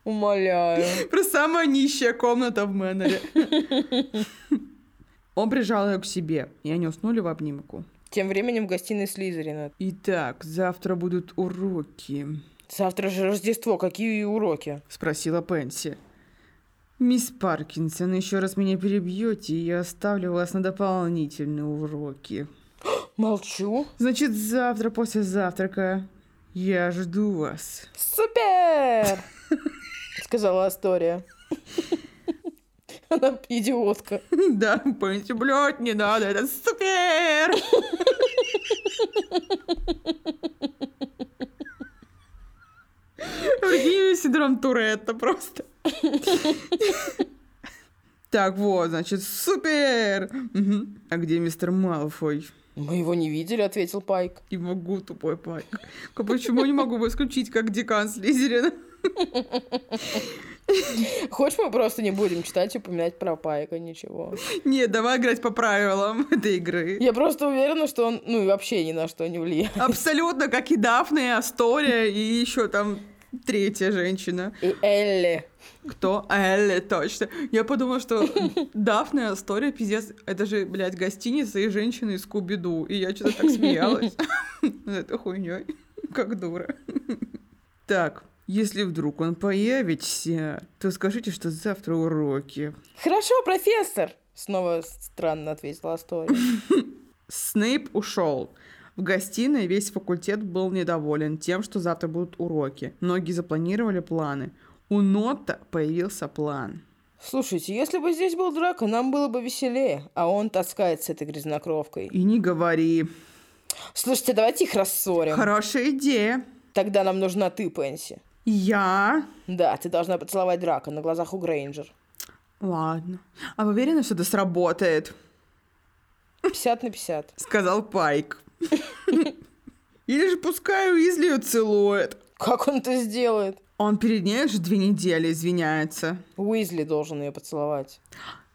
Speaker 2: Умоляю.
Speaker 1: Просто самая нищая комната в мэннере. Он прижал ее к себе, и они уснули в обнимку.
Speaker 2: Тем временем в гостиной Слизерина.
Speaker 1: Итак, завтра будут уроки,
Speaker 2: Завтра же Рождество, какие уроки?
Speaker 1: спросила Пенси. Мисс Паркинсон, еще раз меня перебьете, и я оставлю вас на дополнительные уроки.
Speaker 2: Молчу.
Speaker 1: Значит, завтра после завтрака я жду вас.
Speaker 2: Супер! Сказала Астория. Она идиотка.
Speaker 1: Да, помните, блядь, не надо, это супер! Прикинь, синдром Туретта просто. Так вот, значит, супер! Мгм. А где мистер Малфой?
Speaker 2: Мы его не видели, ответил Пайк.
Speaker 1: Не могу, тупой Пайк. А Почему не могу его исключить, как декан Слизерина?
Speaker 2: Хочешь, мы просто не будем читать и упоминать про Пайка, ничего.
Speaker 1: Нет, давай играть по правилам этой игры.
Speaker 2: Я просто уверена, что он, ну, и вообще ни на что не влияет.
Speaker 1: Абсолютно, как и Дафна, и Астория, и еще там третья женщина.
Speaker 2: И Элли.
Speaker 1: Кто? Элли, точно. Я подумала, что Дафна и Астория, пиздец, это же, блядь, гостиница и женщины из Кубиду. И я что-то так смеялась над этой хуйней, как дура. Так, если вдруг он появится, то скажите, что завтра уроки.
Speaker 2: Хорошо, профессор. Снова странно ответила Астория.
Speaker 1: Снейп ушел. В гостиной весь факультет был недоволен тем, что завтра будут уроки. Многие запланировали планы. У Нота появился план.
Speaker 2: Слушайте, если бы здесь был драка, нам было бы веселее, а он таскается с этой грязнокровкой.
Speaker 1: И не говори.
Speaker 2: Слушайте, давайте их рассорим.
Speaker 1: Хорошая идея.
Speaker 2: Тогда нам нужна ты, Пенси.
Speaker 1: Я?
Speaker 2: Да, ты должна поцеловать драка на глазах у Грейнджер.
Speaker 1: Ладно. А вы уверены, что это сработает?
Speaker 2: 50 на 50.
Speaker 1: Сказал Пайк. Или же пускай Уизли ее целует.
Speaker 2: Как он это сделает?
Speaker 1: Он перед ней же две недели извиняется.
Speaker 2: Уизли должен ее поцеловать.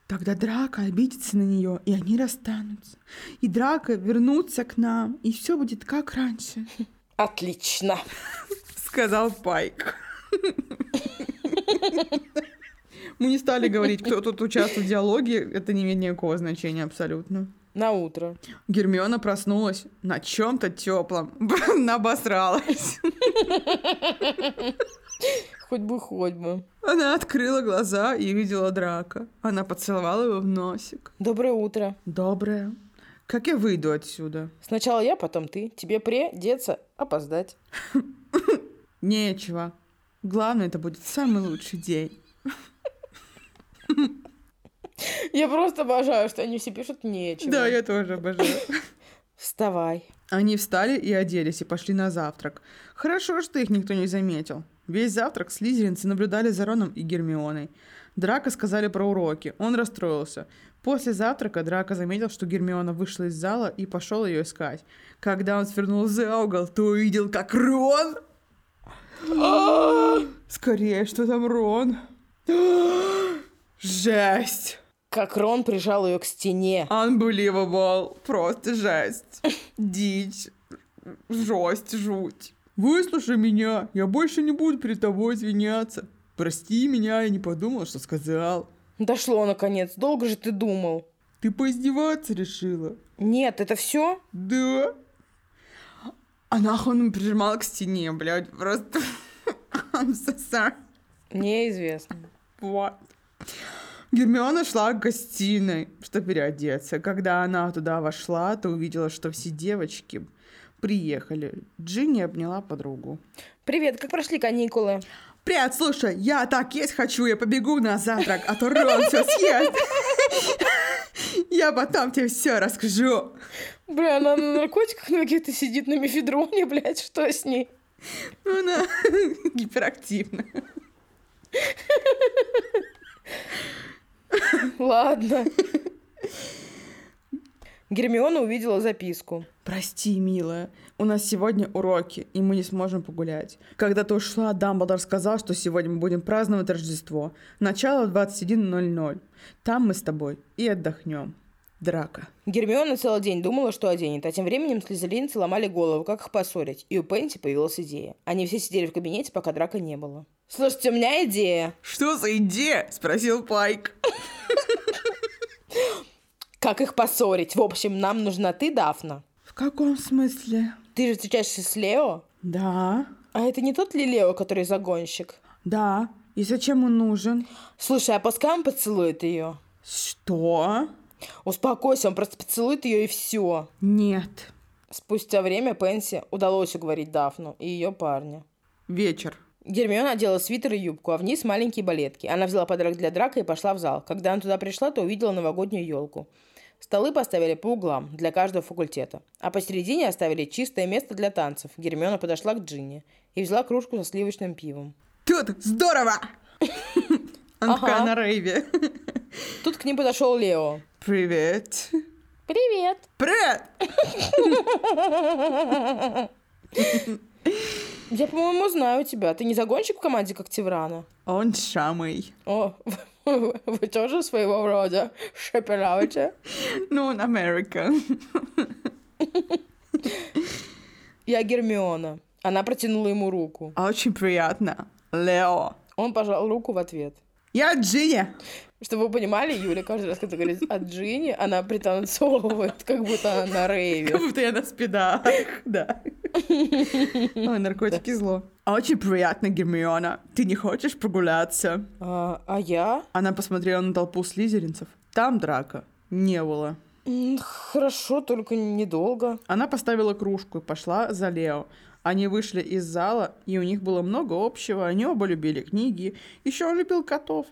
Speaker 1: Тогда Драка обидится на нее, и они расстанутся. И Драка вернутся к нам, и все будет как раньше.
Speaker 2: Отлично.
Speaker 1: Сказал Пайк. Мы не стали говорить, кто тут участвует в диалоге. Это не имеет никакого значения абсолютно.
Speaker 2: На утро.
Speaker 1: Гермиона проснулась на чем-то теплом. Набосралась.
Speaker 2: Хоть бы, хоть бы.
Speaker 1: Она открыла глаза и увидела драка. Она поцеловала его в носик.
Speaker 2: Доброе утро.
Speaker 1: Доброе. Как я выйду отсюда?
Speaker 2: Сначала я, потом ты. Тебе придется опоздать.
Speaker 1: Нечего. Главное, это будет самый лучший день.
Speaker 2: Я просто обожаю, что они все пишут нечего.
Speaker 1: Да, я тоже обожаю.
Speaker 2: Вставай.
Speaker 1: Они встали и оделись, и пошли на завтрак. Хорошо, что их никто не заметил. Весь завтрак слизеринцы наблюдали за Роном и Гермионой. Драко сказали про уроки. Он расстроился. После завтрака Драко заметил, что Гермиона вышла из зала и пошел ее искать. Когда он свернул за угол, то увидел, как Рон... А! Скорее, что там Рон? А! Жесть!
Speaker 2: Как Рон прижал ее к стене.
Speaker 1: Unbelievable. Просто жесть. Дичь. Жесть, жуть. Выслушай меня, я больше не буду перед тобой извиняться. Прости меня, я не подумал, что сказал.
Speaker 2: Дошло наконец. Долго же ты думал.
Speaker 1: Ты поиздеваться решила?
Speaker 2: Нет, это все?
Speaker 1: Да. А нахуй он прижимал к стене, блядь, просто... I'm so sorry.
Speaker 2: Неизвестно.
Speaker 1: Вот. Гермиона шла к гостиной, чтобы переодеться. Когда она туда вошла, то увидела, что все девочки приехали. Джинни обняла подругу.
Speaker 2: Привет, как прошли каникулы?
Speaker 1: Привет, слушай, я так есть хочу, я побегу на завтрак, а то Рон все съест. Я потом тебе все расскажу.
Speaker 2: Бля, она на наркотиках на каких-то сидит на мифедроне, блядь, что с ней?
Speaker 1: Ну, Она гиперактивна.
Speaker 2: Ладно. Гермиона увидела записку.
Speaker 1: Прости, милая, у нас сегодня уроки, и мы не сможем погулять. Когда ты ушла, Дамблдор сказал, что сегодня мы будем праздновать Рождество. Начало в 21.00. Там мы с тобой и отдохнем. Драка.
Speaker 2: Гермиона целый день думала, что оденет, а тем временем слизеринцы ломали голову, как их поссорить, и у Пенти появилась идея. Они все сидели в кабинете, пока драка не было. Слушайте, у меня идея.
Speaker 1: Что за идея? Спросил Пайк.
Speaker 2: Как их поссорить? В общем, нам нужна ты, Дафна.
Speaker 1: В каком смысле?
Speaker 2: Ты же встречаешься с Лео?
Speaker 1: Да,
Speaker 2: А это не тот ли Лео, который загонщик?
Speaker 1: да. И зачем он нужен?
Speaker 2: Слушай, а пускай он поцелует ее?
Speaker 1: Что?
Speaker 2: Успокойся, он просто поцелует ее и все.
Speaker 1: Нет.
Speaker 2: Спустя время Пенси удалось уговорить Дафну и ее парня.
Speaker 1: Вечер.
Speaker 2: Гермиона одела свитер и юбку, а вниз маленькие балетки. Она взяла подарок для Драка и пошла в зал. Когда она туда пришла, то увидела новогоднюю елку. Столы поставили по углам для каждого факультета, а посередине оставили чистое место для танцев. Гермиона подошла к Джинни и взяла кружку со сливочным пивом.
Speaker 1: Тут здорово! Она
Speaker 2: Ага.
Speaker 1: такая на рейве.
Speaker 2: Тут к ним подошел Лео.
Speaker 1: Привет.
Speaker 2: Привет!
Speaker 1: Привет!
Speaker 2: Я, по-моему, знаю тебя. Ты не загонщик в команде, как Теврана?
Speaker 1: Он самый.
Speaker 2: О, вы тоже своего рода шепелявите?
Speaker 1: Ну, он Америка.
Speaker 2: Я Гермиона. Она протянула ему руку.
Speaker 1: А Очень приятно. Лео.
Speaker 2: Он пожал руку в ответ.
Speaker 1: Я Джинни.
Speaker 2: Чтобы вы понимали, Юля каждый раз, когда говорит о Джинни, она пританцовывает, как будто она на рейве.
Speaker 1: Как будто я на спидах. Да. Ой, наркотики зло. А Очень приятно, Гермиона. Ты не хочешь прогуляться?
Speaker 2: А, а я?
Speaker 1: Она посмотрела на толпу слизеринцев. Там драка. Не было.
Speaker 2: М, Хорошо, только недолго.
Speaker 1: Она поставила кружку и пошла за Лео. Они вышли из зала, и у них было много общего. Они оба любили книги. Еще он любил котов.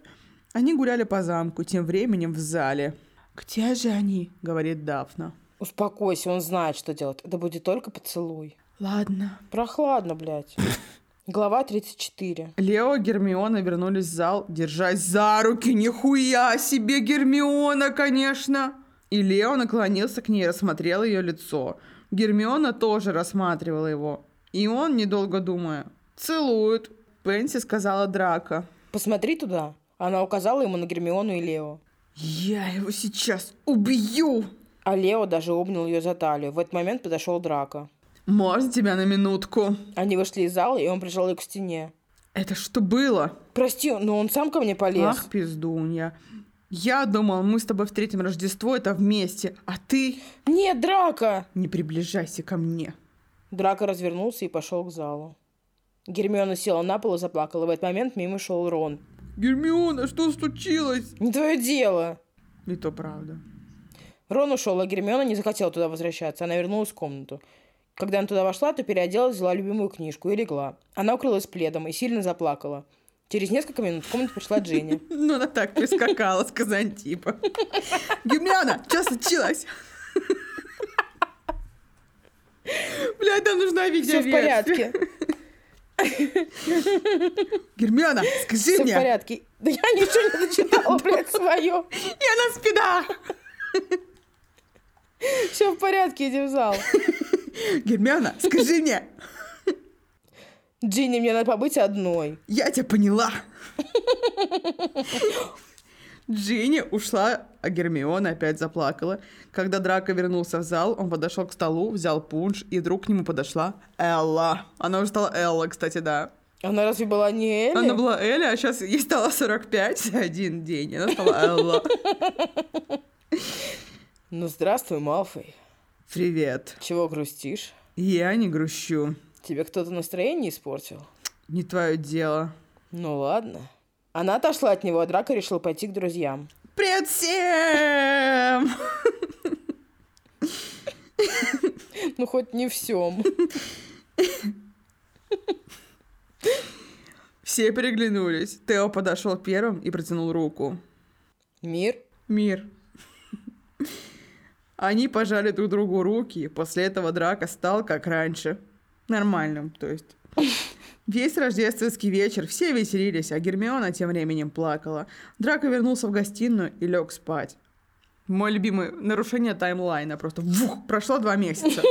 Speaker 1: Они гуляли по замку, тем временем в зале. «Где же они?» — говорит Дафна.
Speaker 2: Успокойся, он знает, что делать. Это будет только поцелуй.
Speaker 1: «Ладно».
Speaker 2: Прохладно, блядь. Глава 34.
Speaker 1: Лео и Гермиона вернулись в зал, держась за руки. Нихуя себе Гермиона, конечно! И Лео наклонился к ней и рассмотрел ее лицо. Гермиона тоже рассматривала его. И он, недолго думая, целует. Пенси сказала Драка.
Speaker 2: Посмотри туда. Она указала ему на Гермиону и Лео.
Speaker 1: «Я его сейчас убью!»
Speaker 2: А Лео даже обнял ее за талию. В этот момент подошел Драко.
Speaker 1: «Можно тебя на минутку?»
Speaker 2: Они вышли из зала, и он прижал ее к стене.
Speaker 1: «Это что было?»
Speaker 2: Прости, но он сам ко мне полез.
Speaker 1: «Ах, пиздунья!» «Я думал, мы с тобой встретим Рождество, это вместе, а ты...»
Speaker 2: Нет, Драко!
Speaker 1: «Не приближайся ко мне!»
Speaker 2: Драко развернулся и пошел к залу. Гермиона села на пол и заплакала. В этот момент мимо шел Рон.
Speaker 1: Гермиона, что случилось?
Speaker 2: Не твое дело!
Speaker 1: И то правда.
Speaker 2: Рон ушел, а Гермиона не захотела туда возвращаться. Она вернулась в комнату. Когда она туда вошла, то переоделась, взяла любимую книжку и легла. Она укрылась пледом и сильно заплакала. Через несколько минут в комнату пришла Дженни.
Speaker 1: Ну, она так прискакала с Казантипа. Гермиона, что случилось? Блядь, нам нужна
Speaker 2: Все в
Speaker 1: видеоверсия.
Speaker 2: порядке.
Speaker 1: Гермиона, скажи
Speaker 2: Все в
Speaker 1: мне, я
Speaker 2: порядке. Да я ничего не дочитала, блядь, свое.
Speaker 1: на спидах.
Speaker 2: Все в порядке, иди в зал.
Speaker 1: Гермиона, скажи мне,
Speaker 2: Джинни, мне надо побыть одной.
Speaker 1: я тебя поняла. Джинни ушла, а Гермиона опять заплакала. Когда Драко вернулся в зал, он подошел к столу, взял пунш, и вдруг к нему подошла Элла. Она уже стала Элла, кстати, да.
Speaker 2: Она разве была не Элли?
Speaker 1: Она была Эля, а сейчас ей стало 45 за один день. Она стала Элла.
Speaker 2: Ну, здравствуй, Малфой.
Speaker 1: Привет.
Speaker 2: Чего грустишь?
Speaker 1: Я не грущу.
Speaker 2: Тебе кто-то настроение испортил?
Speaker 1: Не твое дело.
Speaker 2: Ну, ладно. Она отошла от него, а Драко решил пойти к друзьям.
Speaker 1: Привет всем!
Speaker 2: Ну, хоть не всем.
Speaker 1: Все переглянулись. Тео подошел первым и протянул руку.
Speaker 2: Мир.
Speaker 1: Мир. Они пожали друг другу руки, и после этого драка стал как раньше. Нормальным, то есть. Весь рождественский вечер все веселились, а Гермиона тем временем плакала. Драко вернулся в гостиную и лег спать. Мой любимый нарушение таймлайна просто вух, прошло два месяца.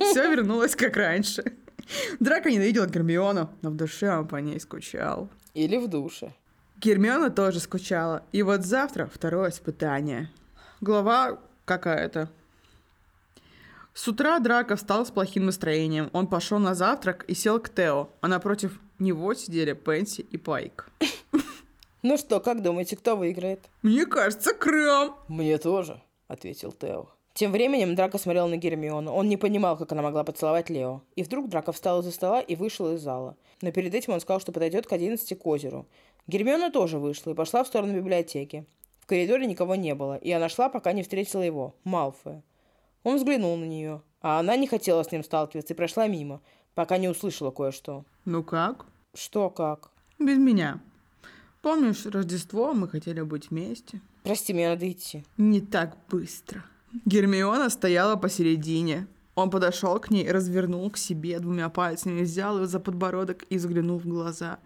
Speaker 1: Все вернулось как раньше. Драко ненавидел Гермиону, но в душе он по ней скучал.
Speaker 2: Или в душе.
Speaker 1: Гермиона тоже скучала. И вот завтра второе испытание. Глава какая-то. С утра Драко встал с плохим настроением. Он пошел на завтрак и сел к Тео, а напротив него сидели Пенси и Пайк.
Speaker 2: Ну что, как думаете, кто выиграет?
Speaker 1: Мне кажется, Крем.
Speaker 2: Мне тоже, ответил Тео. Тем временем Драко смотрел на Гермиону. Он не понимал, как она могла поцеловать Лео. И вдруг Драко встал из-за стола и вышел из зала. Но перед этим он сказал, что подойдет к 11 к озеру. Гермиона тоже вышла и пошла в сторону библиотеки. В коридоре никого не было, и она шла, пока не встретила его, Малфоя. Он взглянул на нее, а она не хотела с ним сталкиваться и прошла мимо, пока не услышала кое-что.
Speaker 1: Ну как?
Speaker 2: Что как?
Speaker 1: Без меня. Помнишь, Рождество мы хотели быть вместе?
Speaker 2: Прости, мне надо идти.
Speaker 1: Не так быстро. Гермиона стояла посередине. Он подошел к ней, развернул к себе двумя пальцами, взял ее за подбородок и взглянул в глаза.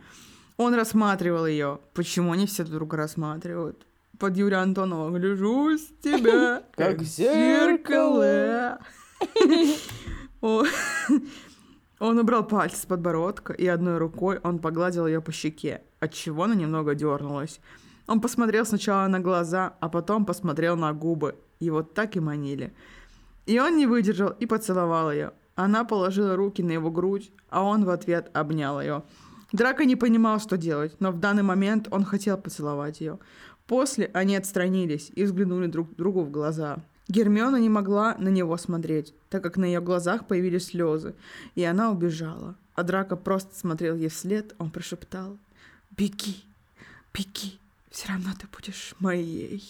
Speaker 1: Он рассматривал ее. Почему они все друг друга рассматривают? Под Юрия Антонова гляжу с тебя,
Speaker 2: Как зеркало.
Speaker 1: О, Он убрал пальцы с подбородка, и одной рукой он погладил ее по щеке, отчего она немного дернулась. Он посмотрел сначала на глаза, а потом посмотрел на губы. И вот так и манили. И он не выдержал и поцеловал ее. Она положила руки на его грудь, а он в ответ обнял ее. Драко не понимал, что делать, но в данный момент он хотел поцеловать ее. После они отстранились и взглянули друг другу в глаза. Гермиона не могла на него смотреть, так как на ее глазах появились слезы, и она убежала. А Драко просто смотрел ей вслед, он прошептал «Беги, беги, все равно ты будешь моей».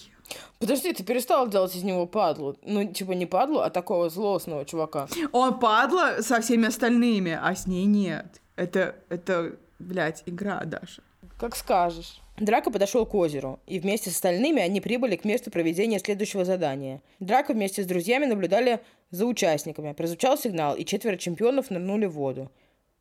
Speaker 2: Подожди, ты перестал делать из него падлу. Ну, типа не падлу, а такого злостного чувака.
Speaker 1: Он падла со всеми остальными, а с ней нет. Это, это, блядь, игра, Даша.
Speaker 2: Как скажешь. Драко подошел к озеру, и вместе с остальными они прибыли к месту проведения следующего задания. Драко вместе с друзьями наблюдали за участниками. Прозвучал сигнал, и четверо чемпионов нырнули в воду.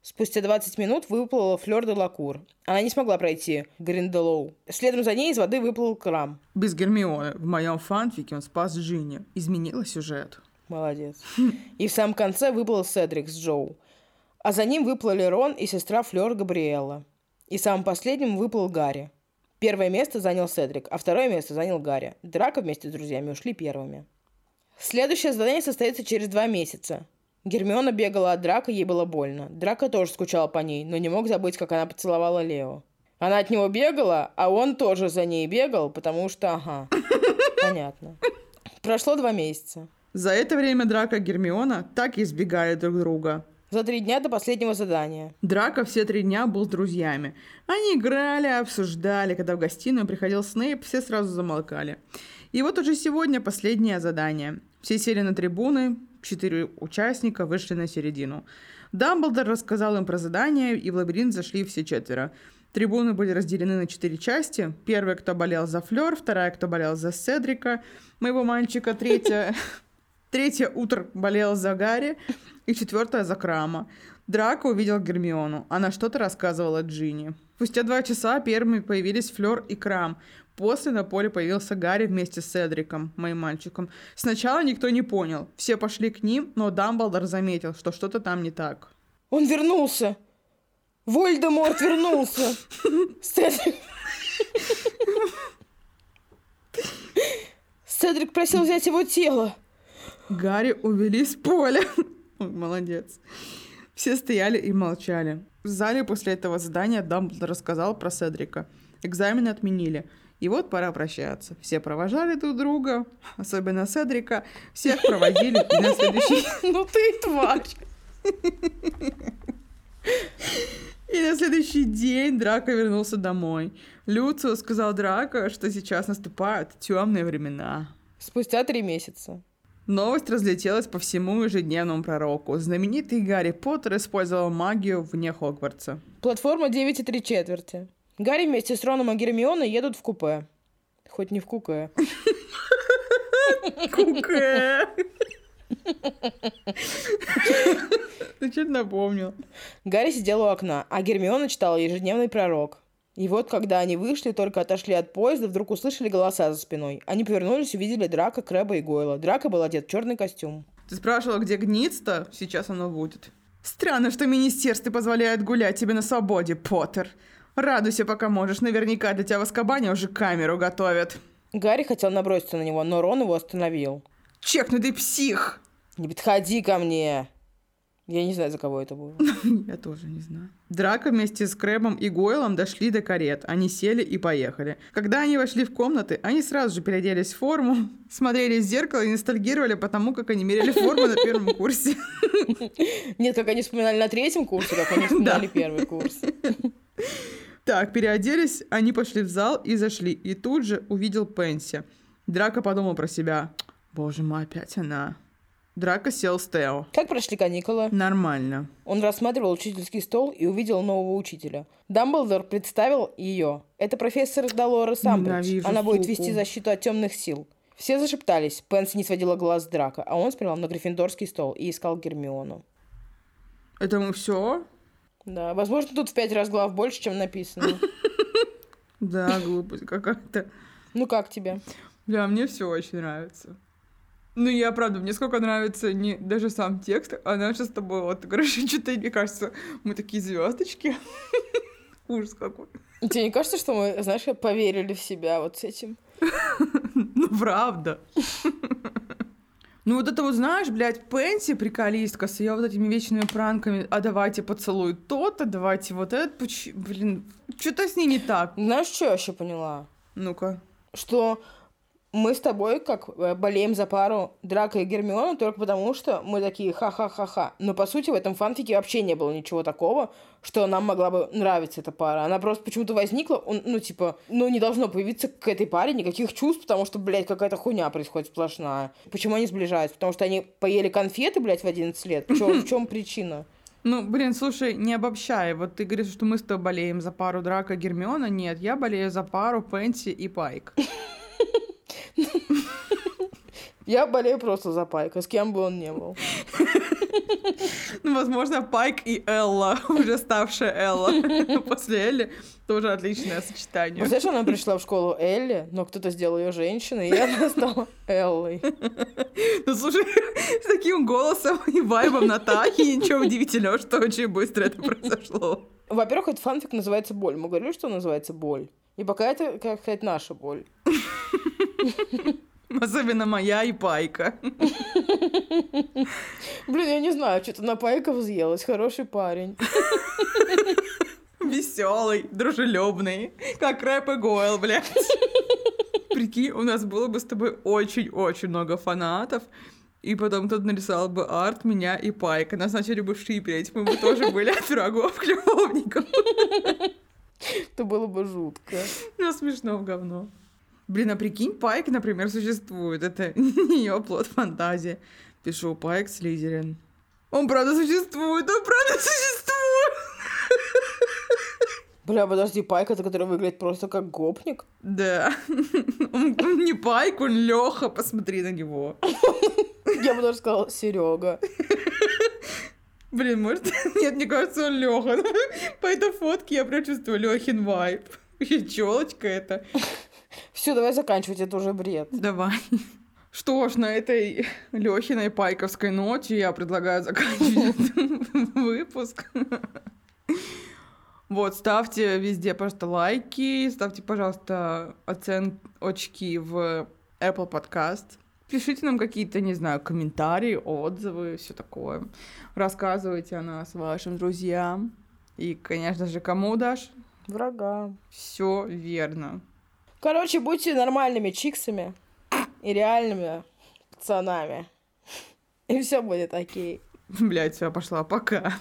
Speaker 2: Спустя 20 минут выплыла Флёр де Лакур. Она не смогла пройти Гринделоу. Следом за ней из воды выплыл Крам.
Speaker 1: Без Гермионы. В моем фанфике он спас Джинни. Изменила сюжет.
Speaker 2: Молодец. И в самом конце выплыл Седрик с Джоу. А за ним выплыли Рон и сестра Флёр Габриэлла. И самым последним выплыл Гарри. Первое место занял Седрик, а второе место занял Гарри. Драка вместе с друзьями ушли первыми. Следующее задание состоится через два месяца. Гермиона бегала от Драка, ей было больно. Драка тоже скучала по ней, но не мог забыть, как она поцеловала Лео. Она от него бегала, а он тоже за ней бегал, потому что, ага, понятно. Прошло два месяца.
Speaker 1: За это время Драко и Гермиона так и избегали друг друга.
Speaker 2: За три дня до последнего задания.
Speaker 1: Драко все три дня был с друзьями. Они играли, обсуждали. Когда в гостиную приходил Снейп, все сразу замолкали. И вот уже сегодня последнее задание. Все сели на трибуны, четыре участника вышли на середину. Дамблдор рассказал им про задание, и в лабиринт зашли все четверо. Трибуны были разделены на четыре части. Первая, кто болел за Флёр, вторая, кто болел за Седрика, моего мальчика, третья... Третья утро болела за Гарри, и четвертая за Крама. Драко увидел Гермиону. Она что-то рассказывала Джинни. Спустя два часа первыми появились Флёр и Крам. После на поле появился Гарри вместе с Эдриком, моим мальчиком. Сначала никто не понял. Все пошли к ним, но Дамблдор заметил, что что-то там не так.
Speaker 2: Он вернулся! Вольдеморт вернулся! Седрик... Седрик просил взять его тело.
Speaker 1: Гарри увели с поля. Он Молодец. Все стояли и молчали. В зале после этого задания Дамблдор рассказал про Седрика. Экзамены отменили. И вот пора прощаться. Все провожали друг друга, особенно Седрика. Всех проводили и на следующий...
Speaker 2: Ну ты и тварь.
Speaker 1: И на следующий день Драко вернулся домой. Люциус сказал Драко, что сейчас наступают темные времена.
Speaker 2: Спустя три месяца.
Speaker 1: Новость разлетелась по всему ежедневному пророку. Знаменитый Гарри Поттер использовал магию вне Хогвартса.
Speaker 2: Платформа 9 и 3 четверти. Гарри вместе с Роном и Гермионой едут в купе. Хоть не в купе.
Speaker 1: Куке! Ты что-то Ну, напомнил.
Speaker 2: Гарри сидел у окна, а Гермиона читала ежедневный пророк. И вот, когда они вышли, только отошли от поезда, вдруг услышали голоса за спиной. Они повернулись, увидели Драка, Крэба и Гойла. Драка был одет в черный костюм.
Speaker 1: Ты спрашивала, где гниться? Сейчас оно будет. Странно, что министерство позволяет гулять тебе на свободе, Поттер. Радуйся, пока можешь. Наверняка для тебя в Аскабане уже камеру готовят.
Speaker 2: Гарри хотел наброситься на него, но Рон его остановил.
Speaker 1: Чекнутый псих!
Speaker 2: «Не подходи ко мне!» Я не знаю, за кого это было.
Speaker 1: Я тоже не знаю. Драка вместе с Крэбом и Гойлом дошли до карет. Они сели и поехали. Когда они вошли в комнаты, они сразу же переоделись в форму, смотрели в зеркало и ностальгировали по тому, как они меряли форму на первом курсе.
Speaker 2: Нет, как они вспоминали на третьем курсе, как они вспоминали первый курс.
Speaker 1: Так, переоделись, они пошли в зал и зашли. И тут же увидел Пенси. Драка подумал про себя. Боже мой, опять она. Драка сел с Тео.
Speaker 2: Как прошли каникулы?
Speaker 1: Нормально.
Speaker 2: Он рассматривал учительский стол и увидел нового учителя. Дамблдор представил ее. Это профессор Долорес Амбридж.
Speaker 1: Ненавижу
Speaker 2: Она будет
Speaker 1: суку.
Speaker 2: вести защиту от темных сил. Все зашептались. Пенси не сводила глаз с драка, а он смотрел на гриффиндорский стол и искал Гермиону.
Speaker 1: Это мы все?
Speaker 2: Да, возможно, тут в пять раз глав больше, чем написано.
Speaker 1: Да, глупость какая-то.
Speaker 2: Ну как тебе?
Speaker 1: Бля, мне все очень нравится. Ну, я правда, мне сколько нравится не даже сам текст, а нам сейчас с тобой вот, короче, что-то, мне кажется, мы такие звездочки. Ужас какой.
Speaker 2: Тебе не кажется, что мы, знаешь, как поверили в себя вот с этим?
Speaker 1: Ну, правда. Ну, вот это вот, знаешь, блядь, Пенси, приколистка, с ее вот этими вечными пранками, а давайте поцелуй то-то, давайте вот это, поч- блин, что-то с ней не так.
Speaker 2: Знаешь, что я еще поняла?
Speaker 1: Ну-ка.
Speaker 2: Что мы с тобой как э, болеем за пару Драка и Гермиона только потому, что мы такие ха-ха-ха-ха. Но по сути в этом фанфике вообще не было ничего такого, что нам могла бы нравиться эта пара. Она просто почему-то возникла, он, ну типа, ну не должно появиться к этой паре никаких чувств, потому что, блядь, какая-то хуйня происходит сплошная. Почему они сближаются? Потому что они поели конфеты, блядь, в 11 лет. Чё- в чем причина?
Speaker 1: Ну, блин, слушай, не обобщай. Вот ты говоришь, что мы с тобой болеем за пару Драка Гермиона. Нет, я болею за пару Пенси и Пайк.
Speaker 2: Я болею просто за Пайка, с кем бы он ни был.
Speaker 1: Ну, возможно, Пайк и Элла, уже ставшая Элла. После Элли тоже отличное сочетание.
Speaker 2: Представляешь, она пришла в школу Элли, но кто-то сделал ее женщиной, и она стала Эллой.
Speaker 1: Ну, слушай, с таким голосом и вайбом Натахи ничего удивительного, что очень быстро это произошло.
Speaker 2: Во-первых, этот фанфик называется «Боль». Мы говорили, что он называется «Боль». И пока это, как сказать, наша боль.
Speaker 1: Особенно моя и Пайка.
Speaker 2: Блин, я не знаю, что-то на Пайка взъелась. Хороший парень.
Speaker 1: Веселый, дружелюбный, как рэп и Гойл, блядь. Прикинь, у нас было бы с тобой очень-очень много фанатов, и потом кто-то нарисовал бы арт меня и Пайка. Нас начали бы шиперить, мы бы тоже были от врагов к любовникам.
Speaker 2: Это было бы жутко.
Speaker 1: Ну, смешно в говно. Блин, а прикинь, Пайк, например, существует. Это не ее плод фантазии. Пишу Пайк Слизерин. Он правда существует, он правда существует.
Speaker 2: Бля, подожди, Пайк, это который выглядит просто как гопник?
Speaker 1: Да. Он, он не Пайк, он Леха, посмотри на него.
Speaker 2: Я бы даже сказала Серега.
Speaker 1: Блин, может, нет, мне кажется, он Леха. По этой фотке я прям чувствую Лехин вайп. И челочка это.
Speaker 2: Все, давай заканчивать, это уже бред.
Speaker 1: Давай. Что ж, на этой Лехиной пайковской ноте я предлагаю заканчивать этот выпуск. Вот, ставьте везде просто лайки, ставьте, пожалуйста, оцен... очки в Apple Podcast. Пишите нам какие-то, не знаю, комментарии, отзывы, все такое. Рассказывайте о нас вашим друзьям. И, конечно же, кому дашь?
Speaker 2: Врага.
Speaker 1: Все верно.
Speaker 2: Короче, будьте нормальными чиксами и реальными пацанами. И все будет окей.
Speaker 1: Блять, все, пошла, пока.